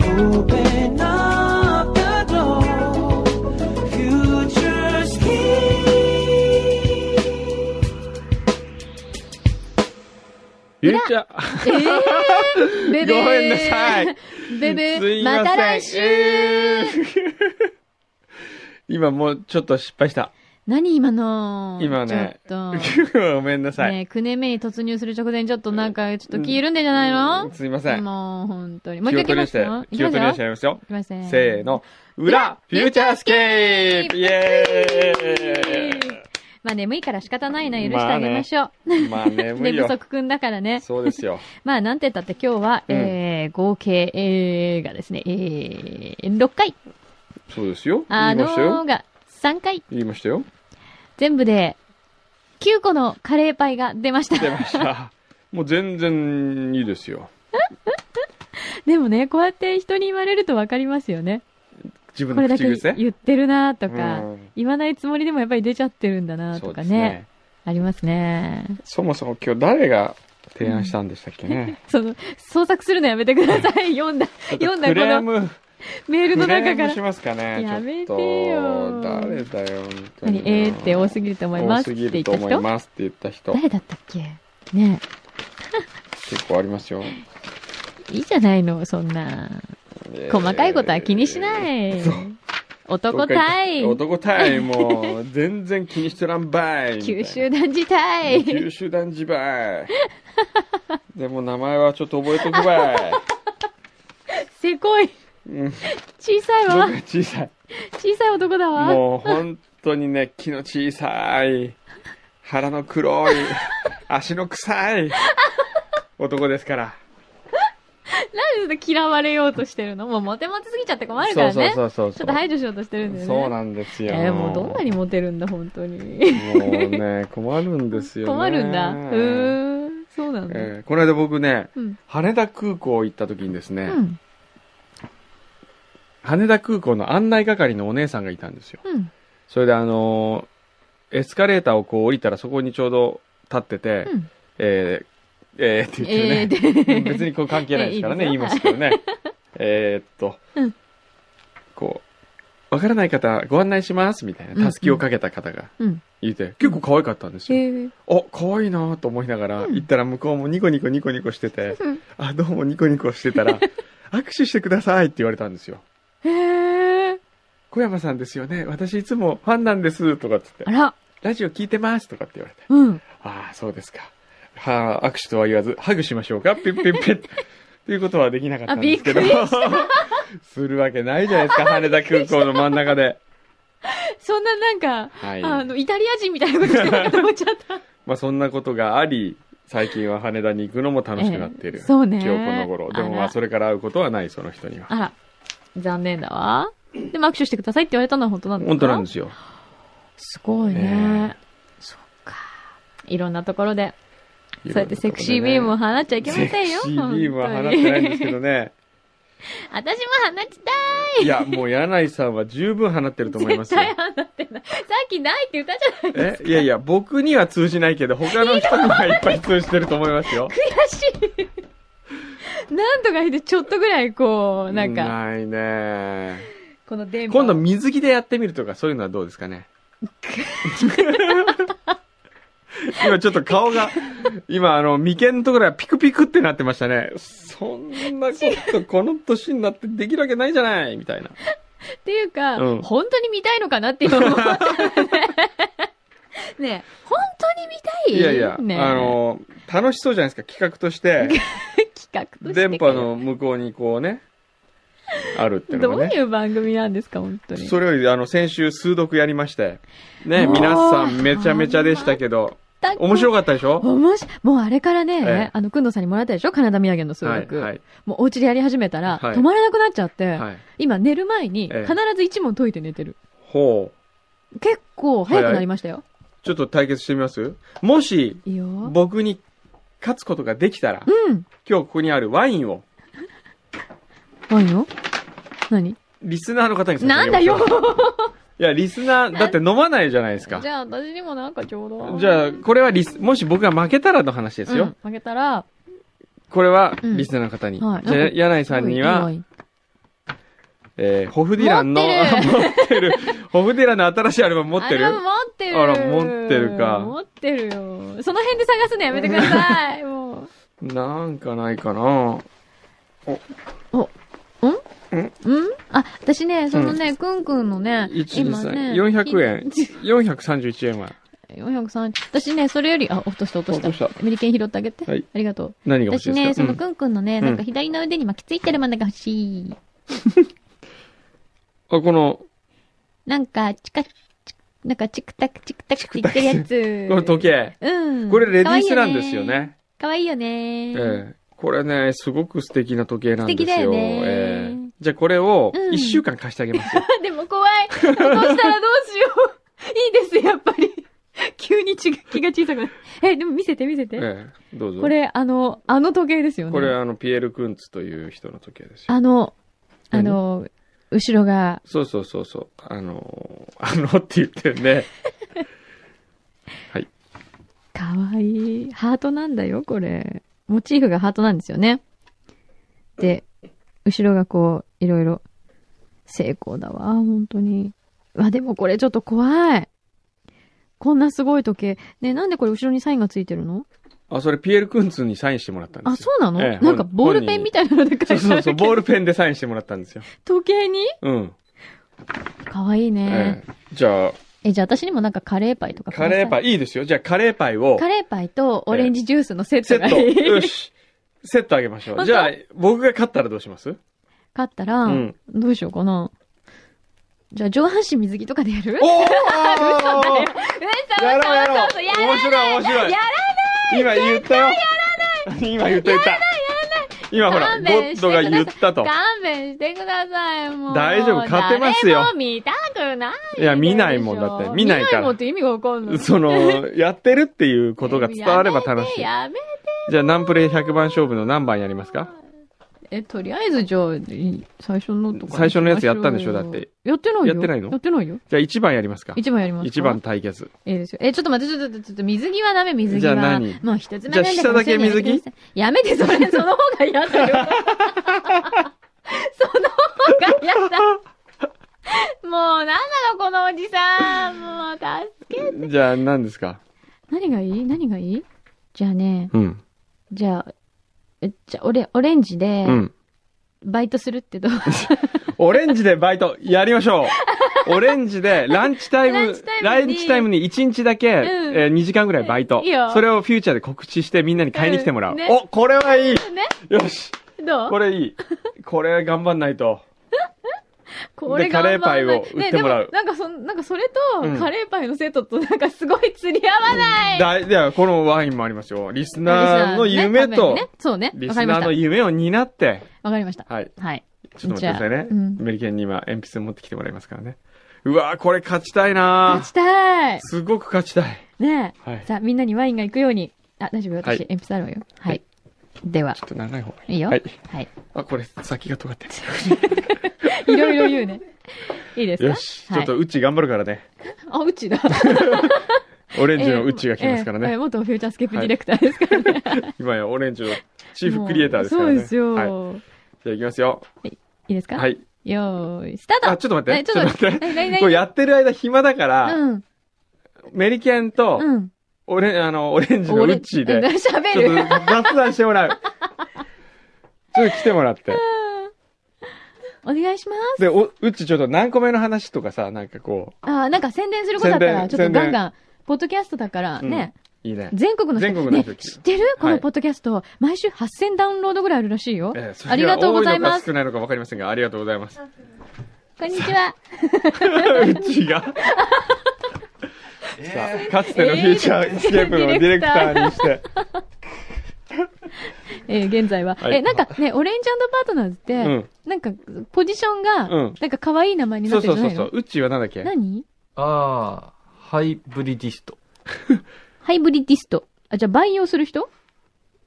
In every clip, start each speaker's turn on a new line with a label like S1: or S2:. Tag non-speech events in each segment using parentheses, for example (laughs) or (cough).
S1: Open up the door, future's key.
S2: ゆうちゃん、
S3: えー、ベベー
S2: ごめんなさい。
S3: ベベ
S2: すい
S3: ー、
S2: ません。
S3: また来週、
S2: えー (laughs) 今もうちょっと失敗した。
S3: 何今の
S2: 今ね
S3: ちょっ
S2: (laughs) ごめんな
S3: と。
S2: さい。
S3: ね9年目に突入する直前にちょっとなんか、ちょっと気緩んでんじゃないの
S2: すいません。
S3: もう本当に。もう
S2: 気
S3: 一
S2: を取り出
S3: 回行きま
S2: し
S3: す
S2: て
S3: よ。、
S2: 気を取り出してやりますよ。
S3: 行きません。
S2: せー。の。裏、フューチャースケープイエ
S3: まあ眠いから仕方ないな、許してあげましょう。
S2: ーイまあね、無理
S3: 寝
S2: よ
S3: 不。足くんだからね。
S2: そうですよ。
S3: まあ、なんて言ったって今日は、
S2: うん
S3: えー、合計、えー、がですね、えー、6回、
S2: そうですよ。言
S3: あ
S2: いました
S3: の
S2: よ
S3: ー。が3回、
S2: 言いましたよ。
S3: 全部で9個のカレーパイが出ました。
S2: 出ました。もう全然いいですよ。
S3: でもね、こうやって人に言われるとわかりますよね。
S2: 自分
S3: これ
S2: の
S3: だ
S2: 口
S3: け
S2: 癖。
S3: 言ってるなとか、
S2: うん
S3: 言わないつもりでもやっぱり出ちゃってるんだな
S2: そ
S3: と
S2: うで
S3: か
S2: す
S3: ね。
S2: ね。
S3: ありますね。
S2: そもそも今日誰が提案したんでしたっけね。
S3: その、創作するのやめてくださ
S2: (laughs)
S3: い。読んだ、読んだ
S2: ク
S3: こ
S2: レー
S3: の
S2: ム、
S3: メール
S2: ク
S3: の
S2: レ
S3: 中か
S2: ームし
S3: ら。
S2: ますかね。
S3: やめて
S2: ちょ
S3: よ
S2: っと誰だよ、本当
S3: 何
S2: に。
S3: えーって多すぎると思います
S2: 多す
S3: っ
S2: ぎ
S3: て言
S2: る
S3: っ
S2: と
S3: た
S2: 思い
S3: 人
S2: ますって言った人。
S3: 誰だったっけね
S2: 結構ありますよ。
S3: えいいじゃないの、そんな。細かいことは気にし
S2: い。
S3: ない。
S2: そう
S3: 男対
S2: 男たい、もう、全然気にしてらんばい。
S3: 九州男児
S2: (laughs)
S3: 対
S2: 九州男児ばい。でも名前はちょっと覚えとくばい。
S3: せこい。 (laughs)
S2: うん、
S3: 小さい
S2: 僕
S3: わ
S2: が。小さい。
S3: 小さい男だわ。
S2: もう本当にね、気の小さい、腹の
S3: (laughs)
S2: 黒い、足の臭い男ですから。
S3: なんで嫌われようとしてるのもうモテモテすぎちゃって困るからね。
S2: うそう
S3: ちょっと排除しようとしてるんだよね。
S2: そうなんですよ。
S3: えーもうどんなにモテるんだ、本当に。
S2: もうね、困るんですよ、ね。
S3: 困るんだ。うーん。そうなんだ。
S2: えーこの間僕ね、
S3: うん。
S2: 羽田空港行った時にですね、
S3: うん。
S2: 羽田空港の案内係のお姉さんがいたんですよ。
S3: うん。
S2: それであのーエスカレーターをこう降りたらそこにちょうど立ってて、
S3: うん
S2: えーえーって言ってるね。
S3: えー
S2: (laughs)
S3: で
S2: 別にこう関係ないですからね、
S3: えー
S2: 言
S3: い
S2: い
S3: いで
S2: ますすけどね。
S3: (laughs)
S2: えーっと、
S3: うん
S2: こう、わからない方、ご案内します、みたい
S3: うんう
S2: な、
S3: ん
S2: たすきをかけた方が
S3: うん。
S2: いて、結構可愛かったんです
S3: え
S2: よ。
S3: ー
S2: あ、可愛いなと思いながら、
S3: うん
S2: 行ったら向こうもニコニコニコニコしてて
S3: うん、
S2: あ、どうもニコニコしてた
S3: (laughs)
S2: ら、握手してくださいって言われたんですよ。
S3: へー
S2: 小山さんですよね、私いつもファンなんです、とかっつって
S3: あ、ら。
S2: ラジオ聞いてます、とかって言われて。
S3: うん。
S2: ああ、そうですか。はあ、握手とは言わず、ハグしましょうか。ピッピッピッ。ということはできなかったんですけど
S3: あびっくり。
S2: するわけないじゃないですか、羽田空港の真ん中で。
S3: そんななんか、
S2: はい。
S3: あの、イタリア人みたいなことしてるのかと思っち
S2: (laughs)
S3: ゃった。
S2: まあ、そんなことがあり、最近は羽田に行くのも楽しくなっている。
S3: ええそうね
S2: 今日この頃。でもま
S3: あ
S2: あ、
S3: ら
S2: それから会うことはない、その人には。
S3: あら、残念だわ。でも握手してくださいって言われたのは本当なんですか。
S2: 本当なんですすよ。
S3: すごいね。
S2: ね
S3: そっか。いろんなところで、そうやってセクシービームを
S2: は
S3: 放っちゃいけませんよ。
S2: セクシービームは放ってないんですけど
S3: 本
S2: ね。
S3: 当に私も放ちた
S2: いや、もう柳井さんは十分放ってると思い
S3: い
S2: ま
S3: 絶
S2: すよ。
S3: 対放ってない。さっきないって歌じゃない
S2: えいやいや、僕には通じないけど、他の人にはいっぱい通じてると思いますよ。
S3: 悔しい。なんとかして、ちょっとぐらいこう、 (laughs) なんか、
S2: ないね
S3: この電波。
S2: 今度水着でやってみるとか、そういうのはどうですかね。 (laughs) 今ちょっと顔が、今あの、眉間のところがピクピクってなってましたね。そんなこと、この年になってできるわけないじゃないみたいな。
S3: っていうか、
S2: うん
S3: 本当に見たいのかなって今思ったのね。ねえ本当に見たい
S2: いやいや、
S3: ねえ
S2: あの、楽しそうじゃないですか、企画として。
S3: 企画として。
S2: 電波の向こうにこうね、あるっての
S3: ど
S2: が
S3: う
S2: ね。
S3: いう番組なんですか、本当に。
S2: それより、あの、先週、数読やりまして。ね、
S3: もう
S2: 皆さん、めちゃめちゃでしたけど、面白
S3: かっ
S2: かったでしたょ
S3: 面白いもうあれからね、
S2: ええ
S3: あの、くんどさんにもらったでしょカナダ土産の数
S2: はい、
S3: 学、
S2: はい、
S3: もうお家でやり始めたら、
S2: はい
S3: 止まらなくなっちゃって、
S2: はい。
S3: 今寝る前に
S2: ええ
S3: 必ず一問解いて寝てる。
S2: ほう。
S3: 結構早くなりましたよ。
S2: ちょっと対決してみますもし、
S3: いいよ。
S2: 僕に勝つことができたら、
S3: うん。
S2: 今日ここにあるワインを、
S3: 何よ何
S2: リスナーの方に差し上げま
S3: な
S2: しょ
S3: ん
S2: う
S3: だよ
S2: いや、リスナー、だって飲まないじゃないですか
S3: (laughs) じ。ゃあ私にもなんかちょうど。
S2: じゃあ、これはリス、もし僕が負けたらの話ですよ。
S3: うん負けたら、
S2: これは、
S3: うん
S2: リスナーの方に。
S3: はい
S2: じゃあ、柳井さんには
S3: おいお、い
S2: えーホフディランの、
S3: 持ってる
S2: (laughs) 持ってる。ホフディランの新しいアルバム持ってる
S3: アルバム持ってる。
S2: あら持ってるか
S3: 持ってるよ。その辺で探すのやめてくださ
S2: (laughs)
S3: い。もう。
S2: なんかないかな
S3: うんあ、私ね、そのね、くんくんのね、
S2: 一
S3: 今ね、
S2: 400円。431円は。
S3: 430。私ね、それより、あ、落とした落とした。
S2: 落とした
S3: メリケン拾ってあげて。
S2: はい
S3: ありがとう。
S2: 何が欲しいで
S3: 私
S2: すか
S3: ね、その
S2: うん
S3: くんくんのね、
S2: うん
S3: なんか左の腕に巻きついてるものが欲しい。
S2: あ、この、
S3: なんか、チカ、チなんかチクタクチクタクって言ってるやつ。
S2: この時計。
S3: うん。
S2: これレディースなんですよね。
S3: 可愛いよね。可愛いよね。
S2: ええこれね、すごく素敵な時計なんですよ。
S3: 素敵だよね
S2: ええじゃあこれを
S3: うん
S2: 1週間貸してあげます
S3: (laughs)
S2: よ。
S3: (laughs) でも怖い。落としたらどうしよう。い (laughs) いです、やっぱり。 (laughs) 急にち気が小さくなる。え、でも見せて見せて。
S2: ええどうぞ。
S3: これ、あの、あの時計ですよね。
S2: これあの、ピエール・クンツという人の時計ですよ。
S3: あの、あ
S2: 何
S3: の、後ろが、
S2: そうそうそうそう。あのー、あのって言ってるね。
S3: かわいい。ハートなんだよ、これ。モチーフがハートなんですよね。で、後ろがこう、いろいろ、成功だわ、本当に。わ、でもこれちょっと怖い。こんなすごい時計。ねえなんでこれ後ろにサインがついてるの
S2: あ、それピエール・クンツにサインしてもらったんで
S3: あ、
S2: す
S3: そ
S2: よ。
S3: うなの、
S2: ええ
S3: なんか
S2: 本
S3: ボールペンみたいなので書いてあ
S2: そう
S3: るけ
S2: そう
S3: ど。
S2: そう、ボールペンでサインしてもらったんですよ。
S3: 時計に
S2: うん。
S3: かわいいね
S2: え、えじゃあ、
S3: え、じゃあ私にもなんかカレーパイとか
S2: カレーパ
S3: イ。
S2: イ、いいですよ。じゃあカレーパイを
S3: カ、レーパイとオレンジジュースのセッ
S2: セ
S3: トが
S2: ッ
S3: い
S2: ト、
S3: い。
S2: よし。セットあげましょう。
S3: 本当
S2: じゃあ、僕が勝ったらどうします
S3: 勝ったら、
S2: うん
S3: どうしようかな。じゃあ、上半身水着とかでやる
S2: おお
S3: (laughs)
S2: やろうやろう面白
S3: 嘘嘘嘘やら
S2: い面白い
S3: や
S2: 今言ったよ今言った言った今ほら、
S3: 勘
S2: ゴ
S3: 弁
S2: ッ
S3: して
S2: ド
S3: く
S2: が
S3: ださい
S2: 言ったと。
S3: 勘弁してください、もう。
S2: 大丈夫勝てますよ
S3: 誰も見たくな
S2: い
S3: い。
S2: や見ないもんだって見ないから
S3: 見ないもんって意味がわかんない。
S2: その、やってるっていうことが伝われば楽しい。
S3: やめて、や
S2: じゃあ、何プレイ100番勝負の何番やりますか
S3: めて。え、とりあえずじゃあ、い最初のとか。
S2: 最初のやつやったんでしょだって。
S3: やってないよ。
S2: やってないの
S3: やってないよ。
S2: じゃあ、1番やりますか
S3: 一番やりますか。
S2: ?1 番。対決。
S3: いいですよ。え、ちょっと待って、ちょっと、ちょっと、水着はダメ、水着は。
S2: じゃあ何
S3: もう一つ目なん
S2: じゃあ下だけ水着
S3: やめて、それ、その方が嫌だよ。その方が嫌だ。もう、なんなの、このおじさん。もう、助け。
S2: じゃあ、何ですか
S3: 何がいい何がいいじゃあね、
S2: うん。
S3: じゃあ、えじゃあ、俺、オレンジで
S2: う、ん。
S3: バイトするっ
S2: (laughs)
S3: てどう、
S2: オレンジでバイト、やりましょ
S3: (laughs)
S2: うオレンジで、ランチタイ
S3: ラン
S2: ム
S3: チタイム、に
S2: ランチタイムに1日だけ、え
S3: ん
S2: ー2時間ぐらいバイト
S3: いいよ。
S2: それをフューチャーで告知してみんなに買いに来てもら
S3: う
S2: うん
S3: ね。
S2: お、これはいい
S3: ね
S2: よし
S3: どう
S2: これ
S3: (laughs)
S2: いい。これ頑張んないと。
S3: これ
S2: でカレーパイを売ってもらう
S3: ねでなんかそ、なんかそれ
S2: う
S3: と、
S2: ん
S3: カレーパイのセットとなんかすごい釣り合わない。
S2: だい、では、このワインもありますよ。リスナーの夢
S3: リスナーの
S2: と
S3: ね、そうね。
S2: リ
S3: わ
S2: ス
S3: かりま
S2: ナ
S3: し
S2: ー
S3: た
S2: の。夢を担って、
S3: わかりました。
S2: はい。
S3: はい。
S2: ちょっと待ってください
S3: じゃあ
S2: ね。
S3: うん
S2: メリケンに今、鉛筆持ってきてもらいますからね。うわーこれ勝ちたいな
S3: 勝ちたい。
S2: すごく勝ちたい。
S3: ねえ。
S2: はい。ち
S3: さあ、みんなにワインが行くように。あ、大丈夫よ。
S2: は
S3: 私、
S2: い
S3: 鉛筆あるわよ。は。
S2: はい
S3: では
S2: ょ、っと長い方がいい。
S3: いいよ。
S2: はい。
S3: はい。
S2: あ、これ、先が尖って
S3: いろいろ言
S2: (laughs)
S3: うね。いいです
S2: る。
S3: か
S2: よし。ちょ
S3: は
S2: っ
S3: い
S2: と、うち頑張るからね。
S3: あ、うちだ。
S2: オレンジのうちが来ますから
S3: ええええ
S2: ね。
S3: 元フューチャースケープディレクターですからね。
S2: 今や、オレンジの (laughs) チーフクリエイターですからね。
S3: もうそうです
S2: はい。
S3: よ。
S2: じゃあ、行きますよ。
S3: いいですか。
S2: はいい。
S3: よーい、スター
S2: あ、
S3: ト
S2: ちょっと待っ
S3: え
S2: て。ちょっと待っ
S3: え何
S2: て。
S3: 々
S2: これやってる間暇だから、
S3: うん。
S2: メリケンと、
S3: うん。
S2: オレン、あの、オレンジのうちで、
S3: 俺 (laughs) 喋
S2: ちょっと
S3: る。
S2: 雑談しても
S3: (laughs)
S2: らう。ちょっと来てもらって。
S3: お願いします。
S2: で、お、うちちょっと何個目の話とかさ、なんかこ
S3: あーなんか宣伝することだったら、
S2: 宣伝
S3: ちょっとガンガン、ポッドキャストだから
S2: うん
S3: ね、
S2: う、いいね。
S3: 全国の
S2: 全
S3: 人
S2: 国の人
S3: ね、知ってるこ
S2: は
S3: の
S2: い
S3: ポッドキャスト、毎週8000ダウンロードぐらいあるらしいよ。
S2: ええそれ
S3: ありがとうございま
S2: 多
S3: す。
S2: のか少ないのかわかりませんが、ありがとうございます。
S3: こんにちは。
S2: (laughs) うちが。さあ、かつてのフューチャースケープのディレクターにして。
S3: えー現在は。
S2: はい
S3: え、なんかね、オレンジパートナーズって、
S2: うん
S3: なんか、ポジションが、
S2: うん
S3: なんか可愛い名前に
S2: そ
S3: な
S2: う
S3: ってる
S2: そう
S3: じゃ
S2: そう
S3: ないの
S2: そう。うちはなんだっけ
S3: 何
S4: ああ、ハイブリディスト。
S3: ハイブリディスト。あ、じゃあ培養する人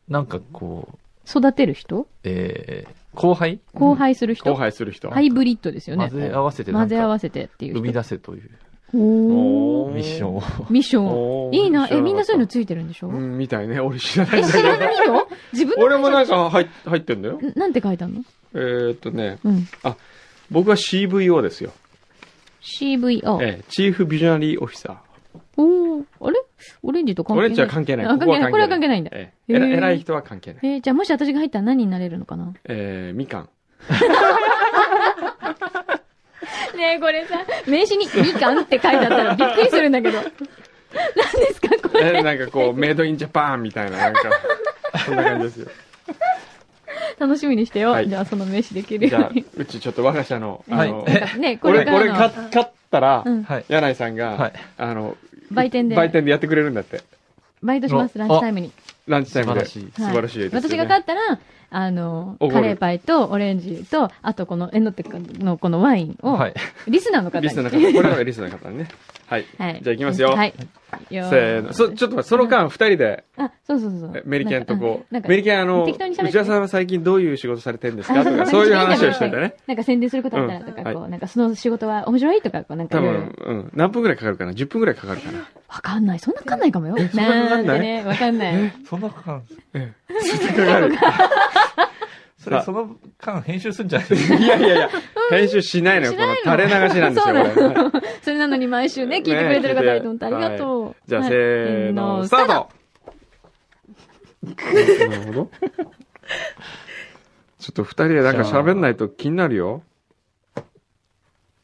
S4: なんかこう、
S3: 育てる人
S4: えー、後輩
S3: 交配する人、
S2: 後輩する人。
S3: ハイブリッドですよね
S4: 混。ぜ合わせてな
S3: 混
S4: ん
S3: ぜ合
S4: か
S3: わせてっていう
S4: 生み
S3: 人。
S4: 出せという。
S3: おー
S2: お
S4: ミッションを。
S3: ミッション。
S2: おー
S3: いい
S2: 知らか
S3: な。
S2: った
S3: え、みんなそういうのついてるんでしょ
S2: うん、みたいね。俺知らない
S3: え、
S2: んだ
S3: 知
S2: けど
S3: ら。な
S2: (laughs)
S3: いの自分の
S2: 俺もなんか入っ入ってんだよ。
S3: んなんて書いてあるの
S2: えーっとね、
S3: うん。
S2: 僕は CVO ですよ。
S3: CVO。
S2: ええ、チーフビジョナリーオフィサ
S3: おーあれオレンジと
S2: ー。
S3: 関係
S2: 俺
S3: ない。
S2: んちは関係ない。
S3: あ関係ない。これは関係
S2: ない。
S3: ないんだ。
S2: ええ、
S3: へー
S2: えら偉い人は関係ない。
S3: えーじゃあもし私が入ったら何になれるのかな
S2: えー、みかん。
S3: ねえ、これ (laughs) さ、名刺にみかんって書いてあったらびっくりするん (laughs) だけど。何ですか、これ。
S2: えなんかこう、メイドインジャパンみたいな、なん
S3: (laughs)
S2: か、そんな感じですよ。
S3: 楽しみにしてよ。
S2: はい
S3: じゃあその名刺できる
S2: じ
S3: よ
S2: ゃ
S3: うに。
S2: あ、うちちょっと我が社の、あの、
S4: は
S3: (laughs)
S4: い
S3: ねえ、これ
S2: 俺、
S3: から
S2: 俺
S3: の
S2: 勝勝ったら、
S3: うん
S4: (laughs) はい。
S2: 柳井さんが、
S4: はい。
S2: あの、
S3: 売店で。
S2: 売店でやってくれるんだって。
S3: バイトします、
S4: あ
S3: ランチタイムに。
S2: ランチタイムで。
S4: 素晴らしい
S2: 素晴らしいですよね
S3: 私が勝ったら、あの、
S2: おごる
S3: カレーパイとオレンジと、あとこの、えのってくんのこのワインを、
S4: はい。
S3: リスナーの方に。
S2: リスナーの方、これはリスナーの方ね。はい。
S3: (laughs) はい。
S2: じゃあ行きますよ。
S3: はい。
S2: せ
S3: よ
S2: ーの。そ、ちょっと待って、その間、二人で、
S3: あ、そうそうそうそう。
S2: メリケンとこう、
S3: なんか
S2: メリケンあの、
S3: 適当に喋って
S2: 内田さんは最近どういう仕事されてるんですか
S3: あ
S2: とか、
S3: そ
S2: そうう
S3: そ
S2: いうう話をしてんだね。
S3: なんか宣伝することあったらと
S2: う
S3: か、
S2: んはい
S3: こう、なんかその仕事は面白いとか、こう、なんか
S2: 多
S3: いろいろ
S2: 分、うん。何分くらいかかるかな ?10 分くらいかかるか
S3: (laughs)
S2: な。
S3: わかんない。そんなわかんないかもよ。
S2: そんなわ
S3: な
S2: か
S3: ん
S2: んな
S3: て
S2: い
S3: ね、わかんない。
S4: そんな間、
S2: かかる。
S4: それ
S2: さ
S4: その間編集するんじゃないですか。
S2: いやいやいや、編集しないのよ、
S3: し
S2: こ
S3: な
S2: の
S3: いの
S2: 垂れ流しなんです
S3: そう
S2: よ、
S3: なの
S2: これ。はい
S3: それなのに毎週ね、聞いてくれてる方がいると思って、ありがとう。
S2: じゃあ、
S3: はい
S2: せーの、スタートなるほど。 (laughs) ちょっと二人でなんか喋んないと気になるよ。
S4: (laughs)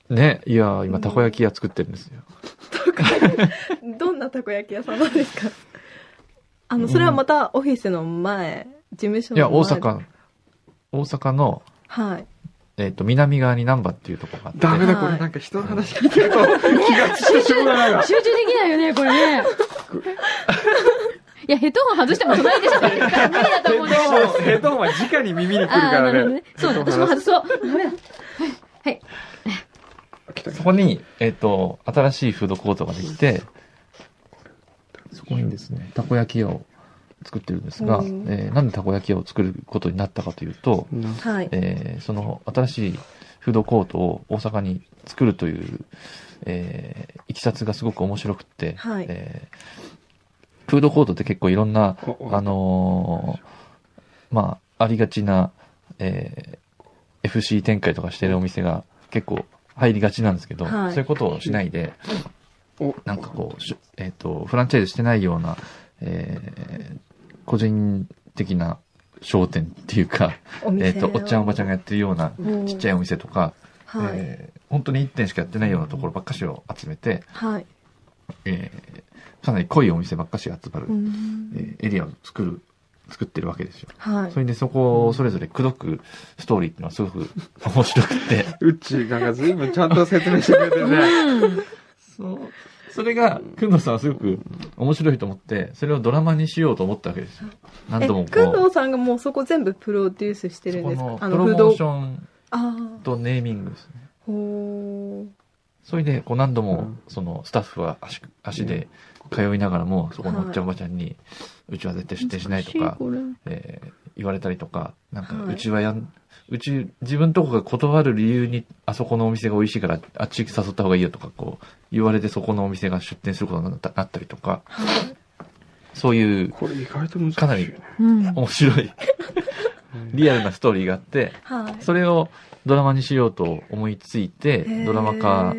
S4: ね。いやー、今、たこ焼き屋作ってるんですよ。
S5: どんなたこ焼き屋さんなんですか (laughs) あの、それはまたオフィスの前、事務所
S4: いや、
S5: の前。
S4: 大。阪、大阪の、
S5: はい。
S4: えっと、南側に難波っていうとこがあって。
S2: ダメだ、これなんか人の話聞いてると (laughs) 気が散ってしょうがないわ。
S3: 集中できないよね、これ
S2: (laughs)
S3: ね。いや、ヘッドホン外しても隣で喋ってるから無理だと思うんだけど。
S2: ヘッドホンは直に耳に来る
S3: ああ
S2: か
S3: ー、なる
S2: ら
S3: ほど
S2: ね
S3: ね。。そうだ、私も外そう。ダメだ。はい。
S4: そこに、えっ、と、新しいフードコートができて、そこにですね、たこ焼き屋を作ってるんですが、
S5: う
S4: え
S5: ん
S4: ーなんでたこ焼き屋を作ることになったかというと、
S5: はい。
S4: えーその新しいフードコートを大阪に作るという、えーいきさつがすごく面白くって、
S5: はい
S4: えーフードコートって結構いろんな
S2: おお
S4: あのーまあ、ありがちな、えー FC 展開とかしてるお店が結構入りがちなんですけど、
S5: はい
S4: そういうことをしないで、
S2: お
S4: なんかこう、しえっ、と、フランチャイズしてないような、えー個人的な商店っていうか、
S5: お
S4: え
S5: 店
S4: っ、と、おっちゃんおばちゃんがやってるようなちっちゃいお店とか、
S5: ゃはい。
S4: えー本当に1店しかやってないようなところばっかしを集めて、
S5: はい。
S4: えーかなり濃いお店ばっかし集まる、
S5: うん
S4: えーエリアを作る、作ってるわけですよ。
S5: はい
S4: そ。れでそこをそれぞれ口説くストーリーっていうのはすごく面白くて、
S5: (laughs)
S2: うち、なんか随分ちゃんと説明してくれてるね。
S4: そう、それが、くんどうさんはすごく面白いと思って、それをドラマにしようと思ったわけですよ。何
S5: え、
S4: 度も
S5: くんど
S4: こう、
S5: うさんがもうそこ全部プロデュースして
S4: そ
S5: るん
S4: こ
S5: です
S4: の
S5: か
S4: プロモーシ
S5: ン。
S4: ョン
S5: あ
S4: とネーミングですね。
S5: あ。ほー
S4: それで、こう何度
S2: う
S4: も
S2: ん、
S4: そのスタッフは足、足で通いながらも、そこのおっちゃんおばちゃんに、うちは絶対出店しないとか、
S3: これ。
S4: えー言われたりとか、なんか、
S5: はいう
S4: ちはやん、うち、自分とこが断る理由に、あそこのお店が美味しいから、あっち誘った方がいいよとか、こう、言われてそこのお店が出店することになったなったりとか、そういう、
S2: これ意外と難しい。
S4: かなり
S3: うん。
S4: 面白い、リアルなストーリーがあって、
S5: はい。
S4: それをドラマにしようと思いついて
S5: へー、
S4: ドラマ化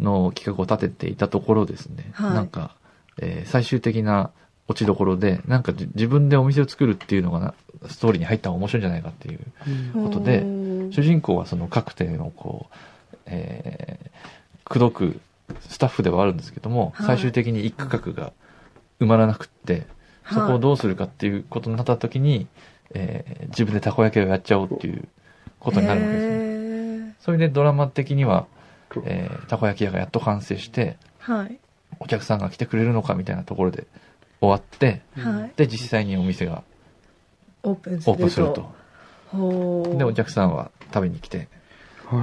S4: の企画を立てていたところですね、
S5: はい
S4: なんか、えー最終的な落ちどころで、なんかじ自分でお店を作るっていうのがな、ストーリーに入った方が面白いんじゃないかっていう。ことで
S5: ほー
S4: 主人公はその各店をこう、えー、口説くスタッフではあるんですけども、
S5: はい
S4: 最終的に一区画が埋まらなくって、そこをどうするかっていうことになった時に、えー自分でたこ焼きをやっちゃおうっていうことになるわけですね。
S5: へー
S4: それでドラマ的には、えーたこ焼き屋がやっと完成して、
S5: はい。
S4: お客さんが来てくれるのかみたいなところで終わって、
S5: はい。
S4: で、実際にお店が
S5: オープンす
S4: オー
S5: ると。
S4: プンすると。
S5: ほー
S4: で、お客さんは食べに来て、
S2: こ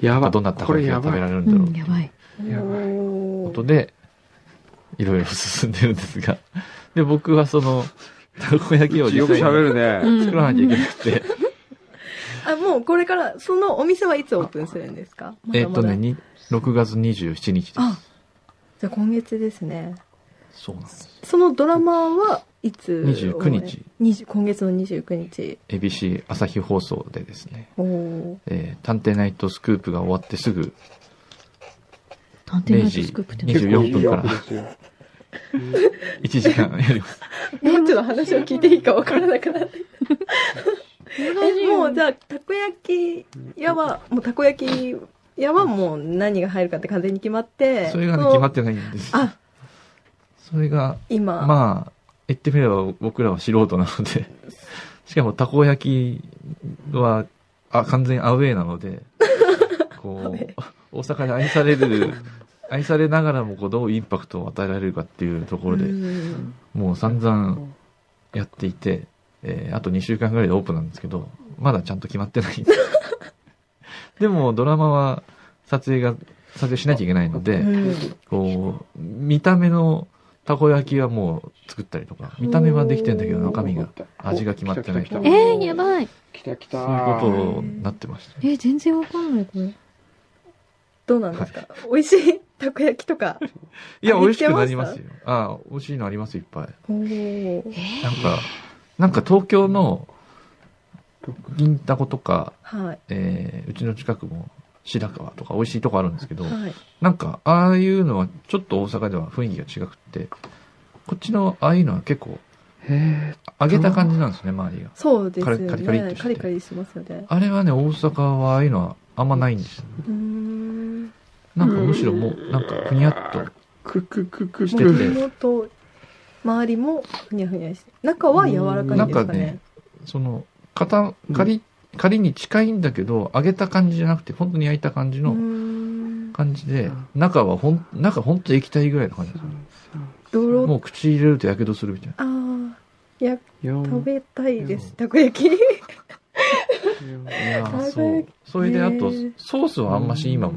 S2: れ、やば。
S4: どんなたこ
S2: これ
S4: 焼きが
S2: やば
S4: 食べら
S2: い。
S4: れるんだ
S3: う
S4: ろうって
S3: ん、
S4: いう
S3: や
S2: やば
S3: ばい。
S2: い
S5: ほ
S4: こ
S5: ー
S4: とで、いろいろ進んでるんですが、で、僕はその、たこ焼きを
S2: よく
S4: に
S2: 喋るね。
S3: うん
S4: 作らなきゃいけなくて、
S5: あ、もうこれから、そのお店はいつオープンするんですかまだまだ
S4: えっとね、に6月27日です。
S5: あ、じゃあ今月ですね。
S4: そうなんです。
S5: そのドラマはいつ
S4: 29日
S5: 20今月の29日。
S4: ABC 朝日放送でですね、
S5: おお。
S4: えー探偵ナイトスクープが終わってすぐ、
S3: 探偵ナイ
S4: 0
S3: ト
S4: 時
S3: スクープって何
S4: 24分から
S2: すよ。
S4: 1時間やります。
S5: もうちょっと話を聞いていいかわからなくなって。え、もうじゃあ、たこ焼き屋は、もうたこ焼き屋はもう何が入るかって完全に決まって。
S4: それがね、決ま
S5: っ
S4: ってないんです。
S5: あ、
S4: それが、
S5: 今。
S4: まあ、言ってみれば僕らは素人なの
S5: (laughs)
S4: で、しかもたこ焼きは、あ、完全アウェーなの
S5: (laughs)
S4: で、
S5: アウ
S4: こ
S5: ェー
S4: う、大阪に愛される、愛されながらもこうどうインパクトを与えられるかっていうところで、
S5: うん
S4: もう散々やっていて、えーあと2週間ぐらいでオープンなんですけど、まだちゃんと決まって
S5: (laughs)
S4: ないんです。でもドラマは撮影が、撮影しなきゃいけないので、
S5: うん
S4: こう、見た目のたこ焼きはもう作ったりとか、見た目はできてんだけど中身が、味が決まってない
S2: 来た来
S3: え
S2: た
S3: ー、やばい。
S2: 来た来た。
S4: そういうことになってました。
S3: えー、全然わかんない、これ。
S5: どうなんですか、美味しいたこ焼きとか。
S4: いや、
S5: あ
S4: 美味しくなりま
S5: 見
S4: す
S5: つ
S4: よ。ああ、美味しいのあります、いっぱい。
S5: おお。
S4: なんか、なんか東京の銀だことか、
S5: はい。
S4: えーうちの近くも白川とか美味しいとこあるんですけど、
S5: はい。
S4: なんか、ああいうのはちょっと大阪では雰囲気が違くって、こっちのああいうのは結構、
S2: へ
S4: 揚げた感じなんですね、周りが。
S5: そうですよ
S4: カリ
S5: ね。
S4: カリカリっとして
S5: カリカリしますよね。
S4: あれはね、大阪はああいうのはあんまないんですよね。
S5: うーん。
S4: なんかむしろもう、なんかふにゃっと。
S2: くくくく
S4: して
S5: も
S4: て
S5: う身元、周りもふにゃふにゃして。中は柔らかいんです
S4: 中
S5: か
S4: ね
S5: ね。、
S4: その、型、仮、仮に近いんだけど、揚げた感じじゃなくて、本当に焼いた感じ
S5: うー
S4: の
S5: ん。
S4: 感じで、中はほん、中ほんと液体ぐらいの感じですよね
S5: ドロ
S4: もう口入れると火傷するみたいな。
S5: ああ。いや、食
S2: 食
S5: べたいです。
S4: うん
S5: たこ焼き。
S4: いやー
S5: 食べ
S4: そう。それで、あと
S5: へー、
S4: ソースはあんまし今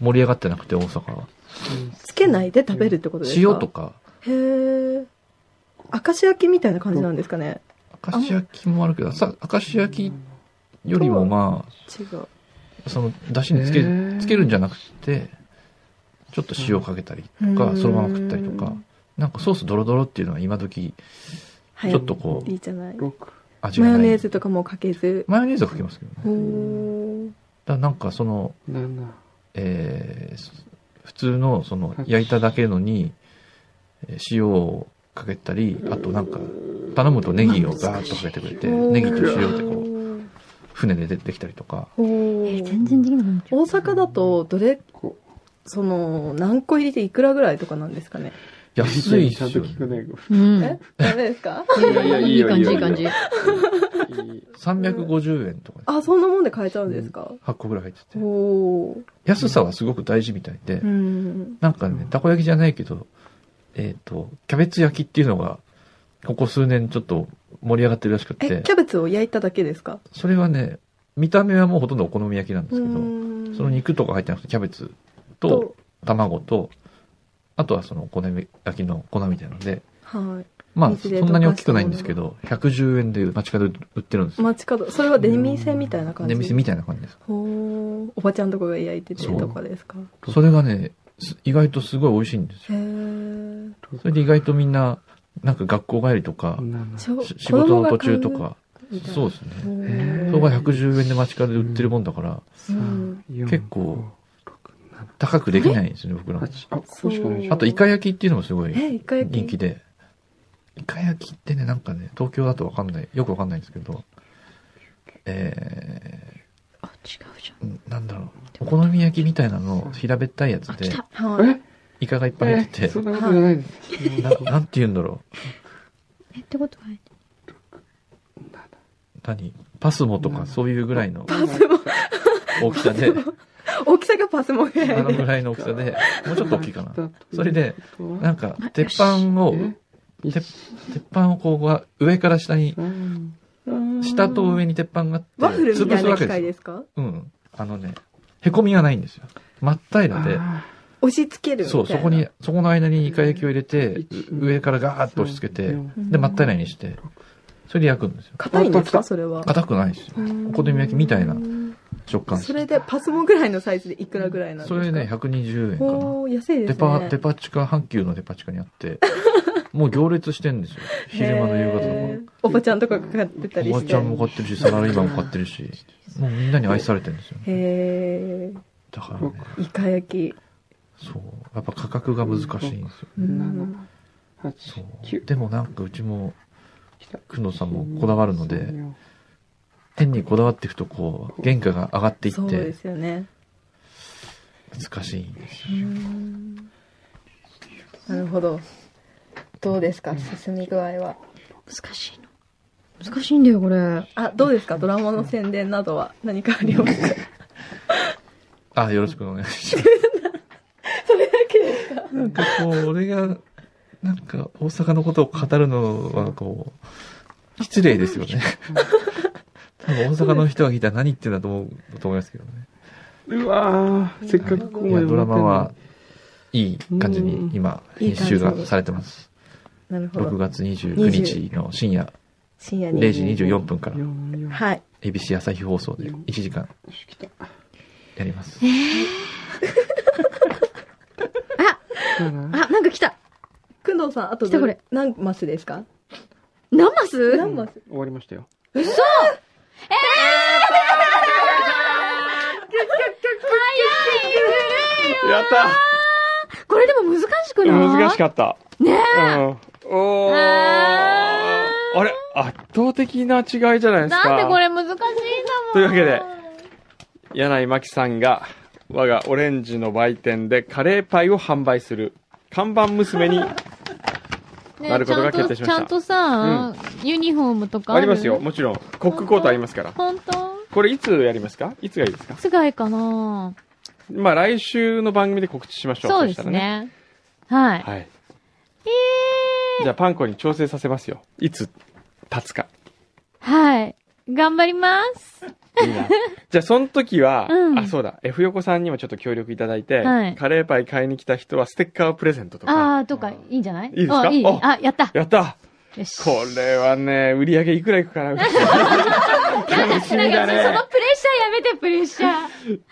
S4: 盛り上がってなくて、大阪は。
S5: つけないで食べるってことですか
S4: 塩とか、
S5: へえ。明石焼きみたいな感じなんですかね。
S4: 明石焼きもあるけど、さ、明石焼きよりもま
S5: 違う。
S4: あ、その、出汁につける、つけるんじ
S2: ゃ
S4: ゃなくて、ちょっと塩かけたりと
S5: う
S4: か、
S5: ん
S4: そのまま食ったりとか、なんかソースドロドロっていうのは今時、
S5: はい。
S4: ちょっとこう
S5: いいじゃない。
S2: 六
S4: 味
S5: マ
S4: がない。
S5: ヨネーズとかもかけず。
S4: マヨネーズはかけますけどね。
S5: おー
S4: だからなんかその、
S2: 七
S4: えー普通のその焼いただけのに、えー塩をかけたり、あとなんか、頼むとネギをガーッとかけてくれて、ネギと塩でこう、船で出てきたりとか、
S5: お
S3: え
S5: ー
S3: ー、全然できなくなっちゃう。
S5: 大阪だとどれ
S2: こ
S5: その何個入りでいくらぐらいとかなんですかね
S4: 安いっ
S2: ち
S4: す
S2: ゃんと
S4: よ、
S2: 聞く
S4: ね。
S2: ね。
S3: うん。
S5: えダメで
S4: (laughs)
S5: すか
S2: いやいやいい
S3: いい
S2: よ
S3: 感じ、
S2: いい
S3: いい
S2: よ
S3: 感じ。
S2: いい
S4: 350円とか
S5: あそんなもんで買えちゃうんですか、
S4: 8個ぐらい入ってて。
S5: おー
S4: 安さはすごく大事みたいで
S5: う、ん
S4: なんかね、たこ焼きじゃないけど、えっ、と、キャベツ焼きっていうのが、ここ数年ちょっと盛り上がってるらしく
S5: え
S4: て
S5: キ、ャベツを焼いただけですか
S4: それはね、見た目はもうほとんどお好み焼きなんですけど、
S5: ん
S4: その肉とか入ってなくて、キャベツと卵と、あとはそのお好み焼きの粉みたいなので、
S5: は
S4: まあ、そ
S5: 水で
S4: んなに大きくないんですけど、110円で街角で売ってるんです
S5: い
S4: よ。
S5: 街角それは出店みたいな感じ
S4: で、店みたいな感じです。
S5: おおばちゃんとこが焼いてて
S4: そう
S5: とかですか
S4: それがね、す意外とすごい美味しいんです
S5: へ
S4: よ。
S5: え
S4: それで意外とみんな、なんか学校帰りとか、し仕事の途中とか、そうですね。
S2: へー
S4: それが110円で街角で売ってるもんだから、
S5: うん
S4: 結構高くできないんですね、僕らも。
S2: あ、ここしかないでしょ
S4: あと、イカ焼きっていうのもすごい
S5: えイカ焼き
S4: 人気で。イカ焼きってね、なんかね、東京だとわかんない、よくわかんないんですけど、え
S3: あ、違うじゃん。
S4: ーうん、なんだろう、お好み焼きみたいなの、平べったいやつで
S3: 来、た。
S5: はい
S2: え
S4: イカがいっぱい入っ
S2: え
S4: て
S2: そん
S4: て、
S2: なことじゃないです。
S4: ななんて言うんだろう、
S3: え、ってことは、
S4: 何パスモとかそういうぐらいの
S2: スモ
S4: 大きさで、
S5: 大きさがパスモぐ
S4: あ
S5: らい
S4: の
S5: で
S4: ぐらいの大きさで、もうちょっと大きいかな。それで、
S2: な
S4: なんんか、鉄板を、
S2: 一
S4: 鉄板をこう、上から下に、
S2: 三
S4: 下と上に鉄板があって、
S5: ワッフルみ
S4: 潰
S5: たい
S4: すわ
S5: な
S4: けで
S5: 機
S4: す
S5: 械
S4: よ
S5: で。すか
S4: うん。あのね、へこみがないんですよ。真っ平らで、
S2: あ
S5: 押し付けるみた
S4: そ、
S5: いうな
S4: そこに、そこの間にイカ焼きを入れて、
S2: 一
S4: う上からガーッと押し付け
S2: ー
S4: て、
S5: うん
S4: で、真っ平らにして、それで焼くんですよ。
S5: 硬いんです
S2: あ来た
S5: かそれは
S4: 硬くないですよ。お好み焼きみたいな
S5: うん
S4: 食食感
S5: それでパスモぐらいのサイズでいくらぐらいなんです
S4: そ
S5: か
S4: れね、120円かな。
S5: おー安いです
S4: デ
S5: ね
S4: パ、デパ地下、阪急のデパ地下にあ
S5: (laughs)
S4: って、もう行列してんですよ。昼間の夕方
S5: へ
S4: と
S5: ーおばちゃんとかが買ってた
S4: か。
S5: り
S4: お
S5: して
S4: ばちゃんも買ってるし、サラリーマンも買ってるし、もうみんなに愛されてるんですよね。
S5: へ
S4: だからね、
S5: えイカ焼き
S4: そう。やっぱ価格が難しいんですよ。
S5: うん
S2: 8、
S4: そう。
S2: 9
S4: でもなんかうちも、久野さんもこだわるので、変にこだわっていくとこう、原価が上がっていっ
S5: そうで
S4: て、
S5: すよね
S4: 難しいんですよ。
S5: なるほどどうですか進み具合は
S3: 難しいの。難しいんだよ、これ。
S5: あどうですかドラマの宣伝などは何かありますか
S4: あ、よろしくお願いします。
S5: (laughs) それだけですか
S4: なんかこう、俺が、なんか大阪のことを語るのは、こう、失礼ですよね。 (laughs) 多分大阪の人が聞いたら何言ってんだと思うと思いますけどね。
S2: うわーせっかくここ
S4: い
S2: まで持ってんの
S4: や、
S2: に
S4: ドラマは、いい感じに今、
S5: うん
S4: 編集がされてます。
S5: なるほ
S4: 6
S5: ど
S4: 月29日の深夜
S5: 深夜
S4: 0
S5: に
S4: 時24分から、
S2: 4、4、
S5: はい
S4: ABC 朝日放送で1時間
S2: 来た。
S4: やります。
S3: あ、なんか来た
S5: 工藤さんあと
S3: 来たこれ
S5: 何マスですか
S3: 何マス
S5: 何マス
S2: 終わりましたよ。やった
S3: これでも難しくない
S2: 難し
S3: っ
S2: かった。
S3: ね
S2: うん。おー
S3: あー
S2: あれ圧倒的な違いじゃないですか。
S3: なんでこれ難しいんだもん。
S2: というわけで、柳井真紀さんが、我がオレンジの売店でカレーパイを販売する、看板娘に、
S3: ね
S2: なることが決定しました
S3: ちゃんとちゃんとさ、ユニフォームとか
S2: あ
S3: あ
S2: り
S3: る
S2: ますよ。。もちろん、コックコートありますから。
S3: 本当
S2: これいつやりますかいつがいいですか
S3: つがいかな
S2: まあ来週の番組で告知しましょう。
S3: そうです
S2: し
S3: ね。
S2: たら
S3: はい。
S2: はい。じゃあパン粉に調整させますよ。いつ立つか。
S3: はい。頑張ります。
S2: いい
S3: (laughs)
S2: なじゃあその時は、
S3: うん
S2: あ、そうだ、F 横さんにもちょっと協力いただいて、
S3: はい
S2: カレーパイ買いに来た人はステッカーをプレゼントとか。
S3: あー、とか、いいんじゃないい
S2: いですか
S3: あ、いい
S2: あ
S3: あ、やった。
S2: やった
S3: よし。
S2: これはね、売り上げいくらいくかな楽しみだ
S3: なんかそ
S2: ね
S3: の。プレッシャーやめて、プレッシャ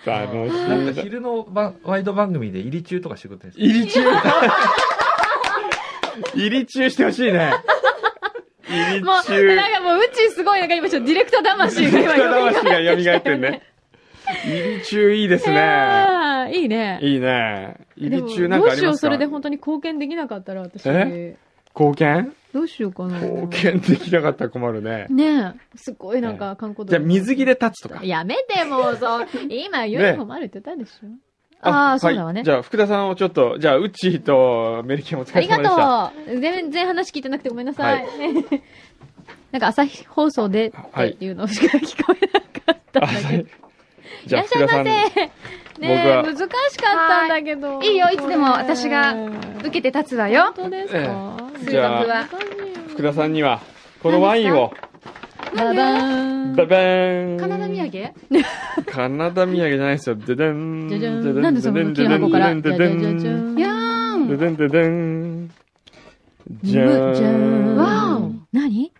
S3: ー。
S2: 楽し
S4: なんか
S2: みだ。
S4: 昼のばワイド番組で入り中とかしてくれてるんです
S2: 入り中入り中してほしいね。入り
S3: もう、
S2: 中。
S3: なんかもう、宇宙すごい、なんか今ちょっとディレクター魂が今
S2: 人魂が蘇ってんね。入り中いいですね。
S3: あーいいね。
S2: いいね。入
S3: で
S2: り
S3: も
S2: 中なんかありますか
S3: どうしよう、それで本当に貢献できなかったら、私。
S2: え貢献
S3: どうしようかな。
S2: 貢献できなかったら困るね。
S3: ねえ。すごいなんか、観光
S2: じゃあ水着で立つとか。
S3: やめて、もう、そう。今、ユニフォームあるって言ったでしょ。ああ、そうだわ
S2: は
S3: ね
S2: いじ。ゃあ、福田さんをちょっと、じゃあ、うっちーとメリケンお疲
S3: あ
S2: れ
S3: りが
S2: 様でした。
S3: とう。全然話聞いてなくてごめんなさい。 (laughs) なんか朝日放送でっていうのしか聞こえなかったん
S2: あ
S3: だ
S2: は
S3: け
S2: い
S3: ど。い
S2: じゃあ、
S3: らっ
S2: 福
S3: しゃい
S2: 田さ
S3: ませ。
S2: ん、
S3: ねえ、難しかったんだけど。
S6: いいよいつでも私が受けて立つわよ
S3: 本当です
S2: え
S3: か
S2: えじゃあ
S6: あ
S2: 福田さんには、このワインを、
S3: ババーン。
S2: ババーン。
S6: カナダ土産
S2: カナダ土産じゃないですよ。ででん。
S3: じゃじゃん。なんでその木の箱から。じゃじゃじゃじゃん。
S6: いやー
S2: で
S6: ん
S2: でんででん。じ
S3: じ
S2: ゃ
S3: ゃ
S2: ーん。
S3: ん。
S6: わお
S3: 何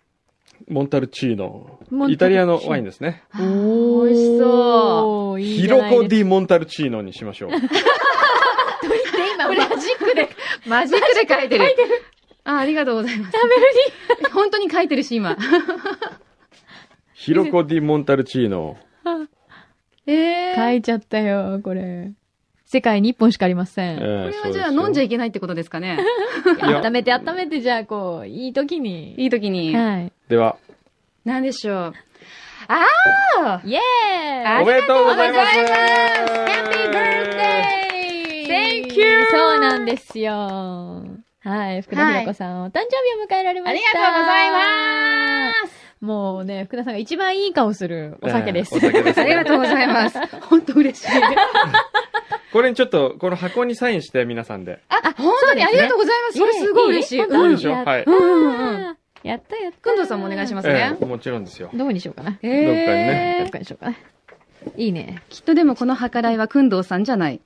S2: モンタルチーノ
S3: モンタルチー。ノ
S2: イタリアのワインですね。
S3: お。
S6: 美味しそう
S2: ヒロコディ・モンタルチーノにしま
S3: (laughs)
S2: しょう。
S3: で今、マジックで。
S6: マジックで書いてるあありがとうございます
S3: メ
S6: 本当に書いてるし今
S2: ヒロコディ・モンタルチーノ。
S6: え
S3: 書
S6: ー、
S3: いちゃったよ、これ。世界に一本しかありませ
S2: こ
S3: ん。
S6: これはじゃあ飲んじゃいけないってことですかね
S2: や
S3: 温めて温めて、じゃあ、こう、いい時に。
S6: いい時に
S3: はい。
S2: では、
S6: 何でしょうああ
S3: イェーイ
S6: あ
S2: おめでとうございます。
S6: ありがとうご
S2: ハ
S6: Happy birthday! Thank you!
S3: そうなんですよ。はい。福田ひろこさん、お誕生日を迎えられました。
S6: ありがとうござい
S3: ます。もうね、福田さんが一番いい顔するお酒です。
S2: ええお酒です
S6: ありがとうございます本当嬉しい
S2: これにちょっと、この箱にサインして、皆さんで。
S6: あ本当にありがとうございますそれすごい嬉しい
S3: 本当
S2: い
S6: うん
S2: でしょ
S3: やった
S2: はい
S6: うんうん
S3: やったやった。
S6: くんどうさんもお願いしますね
S2: ええもちろんですよ。
S3: どこにしようかな。
S6: え
S2: どっかにね
S3: どっかにしようかな。いいね。
S6: きっとでもこの計らいはくんどうさんじゃない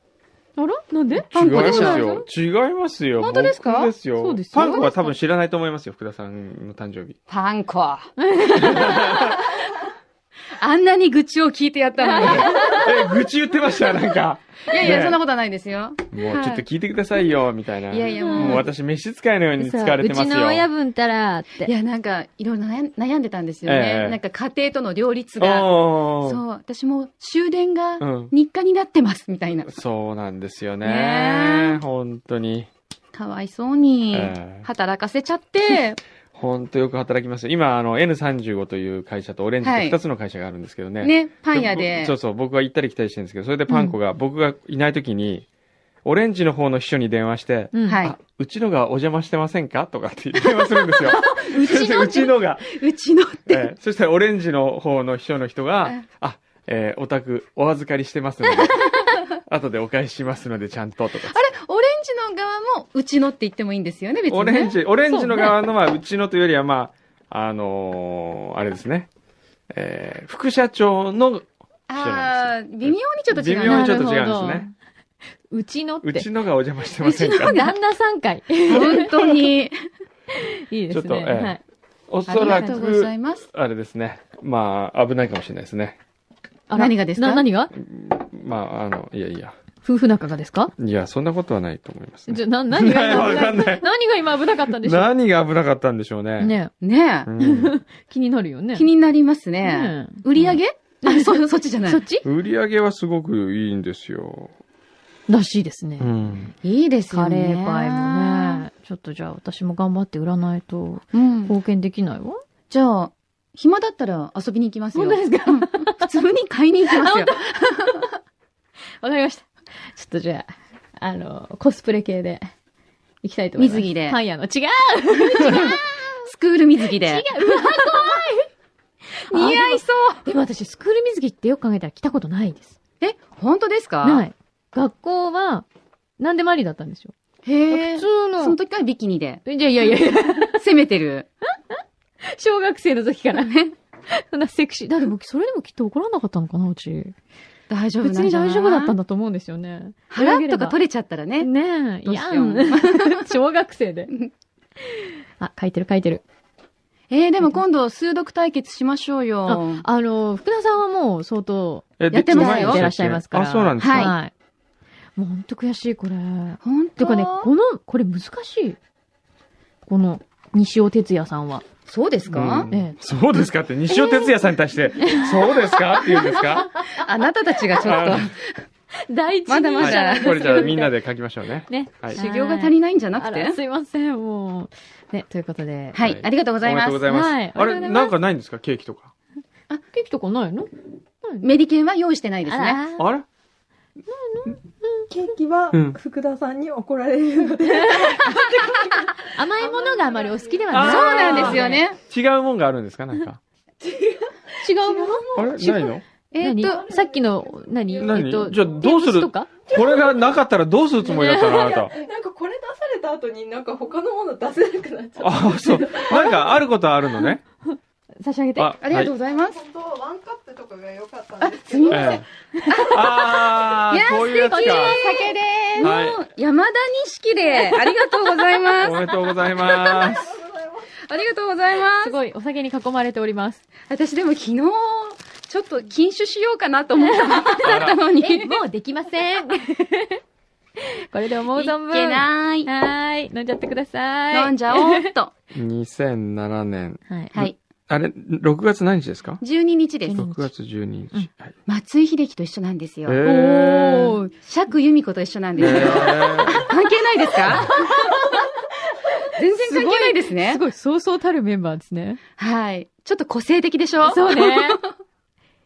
S3: あらなんで
S2: 違
S6: パ
S2: い
S6: ン
S2: ま
S6: 粉でし
S2: す
S6: ょ
S2: よ。違いますよ。
S6: 本当ですか
S2: 僕ですよ
S3: そうですよ
S2: パン粉は多分知ら
S6: (laughs)
S2: ないと思いますよ、福田さんの誕生日。
S6: パン粉。ああんなに愚痴を聞いてやった (laughs) のに。
S2: え、愚痴言ってましたなん
S6: (laughs)
S2: か。
S6: いやいや、
S2: ね
S6: そんなことはないですよ。
S2: もうちょっと聞いてくださいよ、みたいな。
S6: いやいや、
S2: もう
S6: もう。
S2: 私、召使いのように
S3: さ
S2: 使われ
S3: う
S2: てま
S3: ち
S2: す
S3: の
S2: よ。
S3: 親分たらっ
S6: い
S3: て。
S6: や、なんか、いろいろ悩ん悩んでたんですよ
S2: え
S6: ね。
S2: え
S6: なんか、家庭との両立が。
S2: おー
S6: そう、私も終電が
S2: うん
S6: 日課になってます、みたいな。
S2: そうなんですよ
S6: ね
S2: ね
S6: え。
S2: 本当に。
S6: かわいそうに
S2: ええ、
S6: 働かせちゃ
S2: (laughs)
S6: って、
S2: 本当よく働きますよ。今、あの、N35 という会社とオレンジと
S6: はい
S2: 2つの会社があるんですけどね。
S6: ね、パン屋で
S2: そ。うそう、僕が行ったり来たりしてるんですけど、それでパンコが、僕がいない時に、オレンジの方の秘書に電話して、
S3: うん
S6: はい
S2: あ、うちのがお邪魔してませんかとかって電話するん
S6: (laughs)
S2: ですよ。うちのうちのが。
S6: うちのって。
S2: えーそしたらオレンジの方の秘書の人
S6: う
S2: が
S6: ん、
S2: あ、えーお宅お預かりして
S6: (laughs)
S2: ますので、後でお返ししますのでちゃんととか。
S6: オレンジの側も、うちのって言ってもいいんですよね、別に、ね。
S2: オレンジ、オレンジの側の、まあ、うちのというよりは、まあ、あのーあれですね。えー副社長の、
S6: ああ、微妙にちょっと
S2: 微
S6: 違う
S2: 妙
S6: な
S2: に。ちょっと違うんです
S3: なる
S2: ね。
S3: うちのっ
S2: う
S3: て
S2: ち。のがお邪魔してませんか
S3: 旦那さん会。
S6: 本当に。
S3: いいです
S2: ちょっとえ
S3: ね。
S2: え
S3: はい。
S2: (laughs) お
S6: あ
S2: (laughs) そ
S6: り
S2: ら
S6: がとうご
S2: く
S6: ざ、います。
S2: あれですね。まあ、危ないかもしれないですね。
S3: あら
S6: 何がですか
S3: な何が
S2: まあ、あの、いやいや。
S3: 夫婦仲がですか
S2: いや、そんなことはないと思います、
S3: じ
S2: ね。
S3: ゃ、な、何が
S2: (laughs)
S3: 今
S2: わ
S3: 危
S2: かん
S3: な
S2: ないい。
S3: (laughs) 何が今危なかったんでしょ
S2: 何が危なかったんでしょうね。
S3: うね
S6: ね
S2: う、ん
S3: え気になるよね。
S6: 気になります
S3: ね
S6: ね。
S3: え
S6: 売り上げ、あ、そ、そっちじゃない
S3: そっ。ち
S2: 売り上げはすごくいいんですよ。
S3: らしいですね。
S2: うん。
S6: いいですよ
S3: カ
S6: ね。
S3: レーパイもね。ちょっとじゃあ私も頑張って売らないと
S6: うん。
S3: 貢献できないわ。
S6: じゃあ、暇だったら遊びに行きますよ。
S3: 本当ですか
S6: うん普通に買いに行きますよ。
S3: わかりました。ちょっとじゃあ、あの、コスプレ系で行きたいと思います。
S6: 水着で
S3: パン屋の。違う
S6: スクール水着で。
S3: 違ううわ怖い
S6: 似合いそう。
S3: (laughs) あでも私、スクール水着ってよく考えたら着たことないです。
S6: え、本当ですか。
S3: ないい。学校は、何でもありだったんですよ。
S6: へえ。
S3: 普
S6: そ
S3: 通
S6: の
S3: の。
S6: 時からビキニで。
S3: いやいやいやい (laughs) や、
S6: 攻めてる。
S3: 小学生の時からね。そんなセクシー。だって僕、それでもきっと怒らなかったのかな、うち。
S6: 大丈夫
S3: 別
S6: なん
S3: に
S6: じゃない
S3: 大丈夫だったんだと思うんですよね。
S6: 腹とか取
S3: れ
S6: れちゃったらね。
S3: ねえ、
S6: ど
S3: いうや。
S6: しようん
S3: (laughs) 小学生で。あ、書いてる書いてる。
S6: えー、でも今度、数読対決しましょうよ。
S3: あの、福田さんはもう相当
S2: え
S6: やってますよ
S2: で
S3: やってらっしゃいますから。
S2: あ、そうなんですか。
S6: はい
S3: もうほんと悔しい、これ。
S6: 本
S3: て
S6: 当
S3: かね、この、これ難しい。この、西尾哲也さんは。
S6: そうですか、
S2: うん
S3: ええ
S2: そうですかって、西尾哲也さんに対
S6: (laughs)
S2: して、そうですかって言うんですか
S6: あなたたちがちょっと
S2: あ、
S3: 第一
S6: まだまだ
S3: 人者なんですけど
S2: これじゃあみんなで書きましょうね。
S3: ね。
S2: はい
S6: 修行が足りないんじゃな
S3: あ
S6: く
S3: ら
S6: て
S3: すいません、もう。ね、ということで。
S6: は
S2: はいい、
S6: ありがとうございま
S2: おめでとうござ。
S6: す
S2: います。
S3: はい
S2: あ
S3: おめでとうござ
S2: れ、
S3: います
S2: なんかないんですかケーキとか。
S3: ケーキとかないのないの
S6: メディケンは用意してないですね。
S2: あ
S3: あら
S2: れ
S5: ケーキは
S2: うん
S5: 福田さんに怒られるので、
S3: 甘いものがあまりお好きでは
S6: そう
S3: ない。
S6: なんですよ。ね。
S2: 違うもんがあるんですかなんか。
S3: 違うもの
S2: あれないの
S6: えーっと、
S3: 何さっきの、何
S2: 何
S3: えっと、
S2: じゃあどうする
S3: テーブスとか
S2: これがなかったらどうするつもりだったのあなた。
S5: (laughs) なんかこれ出された後になんか他のもの出せなくなっちゃった。
S2: あ、そう。なんかあることはあるのね。
S3: 差し上げて。
S2: あ、
S6: ありがとう
S2: う。
S6: ございます。
S5: 本当はワンカップとかが良かったんですけ
S6: すみ
S5: ど、
S6: ません。
S2: ええあー、こういうやつか。
S6: 酒でーす。
S2: は
S6: 山田錦で、ありがとうございま
S2: お
S3: (laughs)
S6: す。
S2: めでとうございます。
S6: ありがとうございますす。
S3: ごい、お酒に囲まれております。
S6: 私でも昨日、ちょっと禁酒しようかなと思ったばっかりだったのに。
S3: え、もうできません。 (laughs) これで思う存分。
S6: いけない。
S3: はーい。飲んじゃってください。
S6: 飲んじゃおうっと。
S2: 2007年。
S3: はい。
S6: はい。
S2: あれ、6月何日ですか
S6: 12日です。
S2: ?6 月12日。
S3: うん
S2: はい
S6: 松井秀喜と一緒なんです
S2: え
S6: よ。
S2: ー。
S3: ー。
S6: 釈由美子と一緒なん
S2: え
S6: ですよ。
S2: ー
S6: 関係ないですか全然関係ないですね
S3: す。ごい、そうそうたるメンバーですね。
S6: はい。ちょっと個性的でしょ
S3: そうね。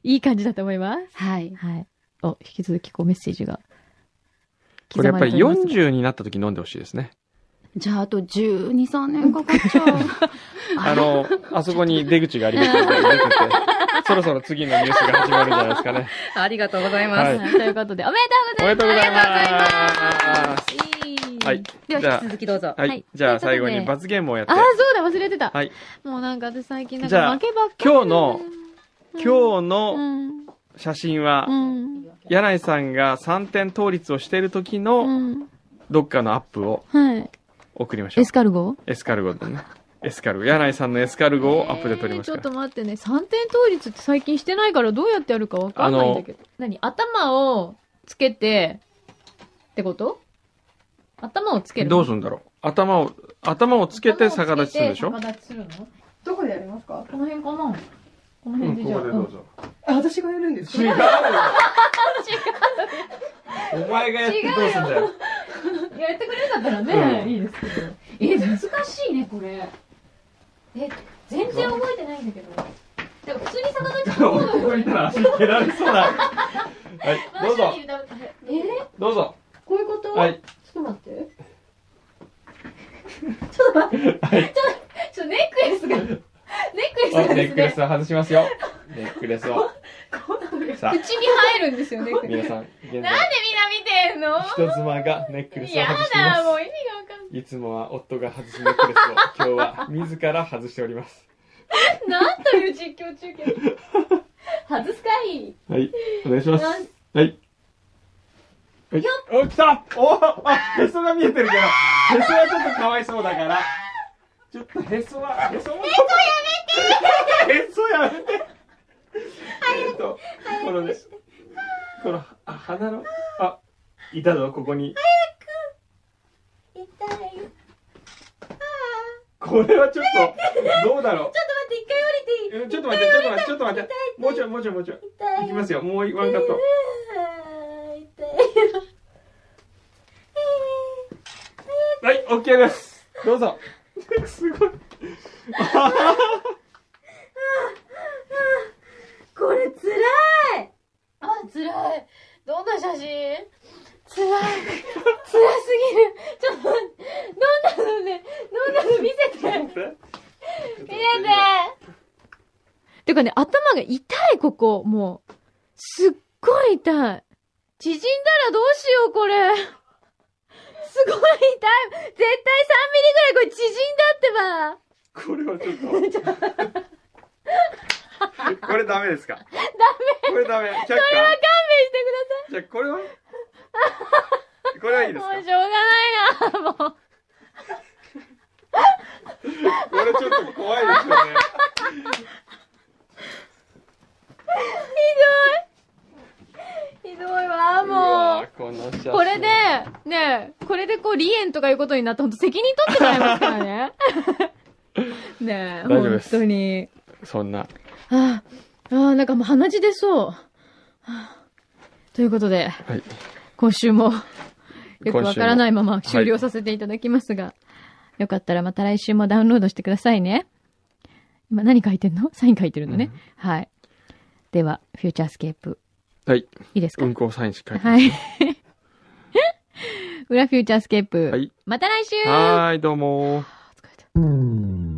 S3: いい感じだと思います。
S6: はい。
S3: はい。お、引き続きこうメッセージが。
S2: これやっぱり
S3: 刻まれておます
S2: 40になった時飲んでほしいですね。
S6: じゃあ、あと12、3年かかっちゃう。
S2: あの、あそこに出口がありますので、出てて、そろそろ次のニュースが始まるんじゃないですかね。
S6: (laughs) ありがとうござい
S2: ます
S3: はいということで、おめで
S2: おめでとうございます。
S3: とうございます。
S2: はい。。
S6: では、
S2: じ
S6: 引
S2: ゃ
S6: き続きどうぞ。
S2: あ、は。
S3: はい
S2: じゃあ
S3: と
S2: 最
S3: いうこ
S2: 後
S3: とで
S2: に罰ゲームをやって
S3: あ、、そうだ、忘れてた。
S2: はい。
S3: もうなんか私最近なん
S2: じゃ
S3: か
S2: あ
S3: 負けばっかり。
S2: 今日の、今日
S3: う
S2: の
S3: ん。
S2: 写真は
S3: う、ん。
S2: 柳井さんが3点倒立をしている時
S3: う
S2: の
S3: ん。
S2: どっかのアップを
S3: はい。
S2: 送りましょう
S3: エス。カルゴ
S2: エスカルゴでね。エスカルゴ。柳井さんのエスカルゴをアップで取りま
S3: ち
S2: すか
S3: ょっ
S2: ら
S3: と。待ってね、3点倒立って最近してないからどうやってやるかわかんないんだけど。何頭をつけて、ってこと頭をつける
S2: どうするんだろう頭を、頭をつけて逆立ちするんでしょ
S3: 頭をつけて逆立ちするの
S5: どこでやりますか
S3: この辺かなこの辺でじゃあ。うん
S2: ぞ。
S5: あ私がやるんです
S2: 違う
S5: か
S2: よお前がやってどうすんだよ。
S3: やってくれるんだったらね、
S2: うん
S3: いいですけど。え、難しいね、これ。え、全然覚えてないんだけど。でも普通に逆立ちするの
S2: こいたら足蹴られそうだ。
S3: (laughs)
S2: はい、どうぞ、
S3: えー、
S2: どうぞ。
S3: こういうこと、
S2: はい、
S3: ちょっと待って。ちょっと待って。ちょっと、ちょっとネックレスが、ネックレス
S2: ネ
S3: が
S2: ックレ
S3: です
S2: スを外しますよ。ネックレスを。さあ、
S6: 口に入るんですよね。なんでみん
S2: 皆さん、現
S6: な
S2: 在、
S6: 見てんの
S2: 人妻がネックレスを
S6: や
S2: 外してい
S6: だ、
S2: ま
S6: もう意味がわかん
S2: す。いつもは夫が外すネックレスを、今日は自ら外しております。
S6: ない。なんという実況中継。
S3: 外すかい
S2: はい、お願いします。
S3: な
S2: はい。はい、お、来たおあ、へそが見えてるけど、へそはちょっとかわいそうだから、ちょっとへそは、へそも。へそやめてへそやめてえっと、このね、この、あ、鼻の、あ、いたぞ、ここに。
S5: 痛いちょっ
S2: こ
S5: と待って
S2: れはちょっと、どうだろ。
S5: 一回降りていいう
S2: ちょっと待って、ちょっと待って、ちょっと待って。もうちょい、もうちょい、もうちょい。
S5: 痛い
S2: いきますよ、もうワンカット。
S5: 痛い
S2: はい、オッケーです。どうぞ。 (laughs) すごい。
S5: これ辛い
S3: あ、辛い。どんな写真辛い。辛すぎる。ちょっと待って、どんなのね、どんなの見せ
S2: 見て
S3: て。見せて。てかね、頭が痛い、ここ。もう。すっごい痛い。縮んだらどうしよう、これ。すごい痛い。絶対3ミリぐらいこれ縮んだ
S2: これは
S3: ってば。
S2: ちょっと。これダメですかダメこれダメ。却下
S3: 勘弁してください。
S2: じゃあこれはこれはいいです
S3: も
S2: か
S3: うしょうがないな、もう。
S2: これちょっと怖いです
S3: (laughs)
S2: よね。
S3: ひどいわ、
S2: う
S3: も
S2: わこの写真
S3: う。これで、ねえ、これでこう、離縁とかいうことになって、ほんと責任取ってもらいますからね。
S2: (laughs)
S3: ねえ、
S2: 大丈夫です
S3: 本当に。
S2: そんな。
S3: ああ、ああ、なんかもう鼻血出そう。はあということで、
S2: はい。
S3: 今週も、よく
S2: 今週も
S3: わからないまま終了させていただきますが、よかったらまた来週もダウンロードしてくださいね。今何書いてんのサイン書いてるのね。はい。では、フューチャースケープ、
S2: はい。
S3: いいですか、
S2: 運行サインしっかり。
S3: はい。 (laughs) 裏フューチャースケープ。
S2: はい
S3: また来週
S2: はーい、どうも
S3: お疲れ様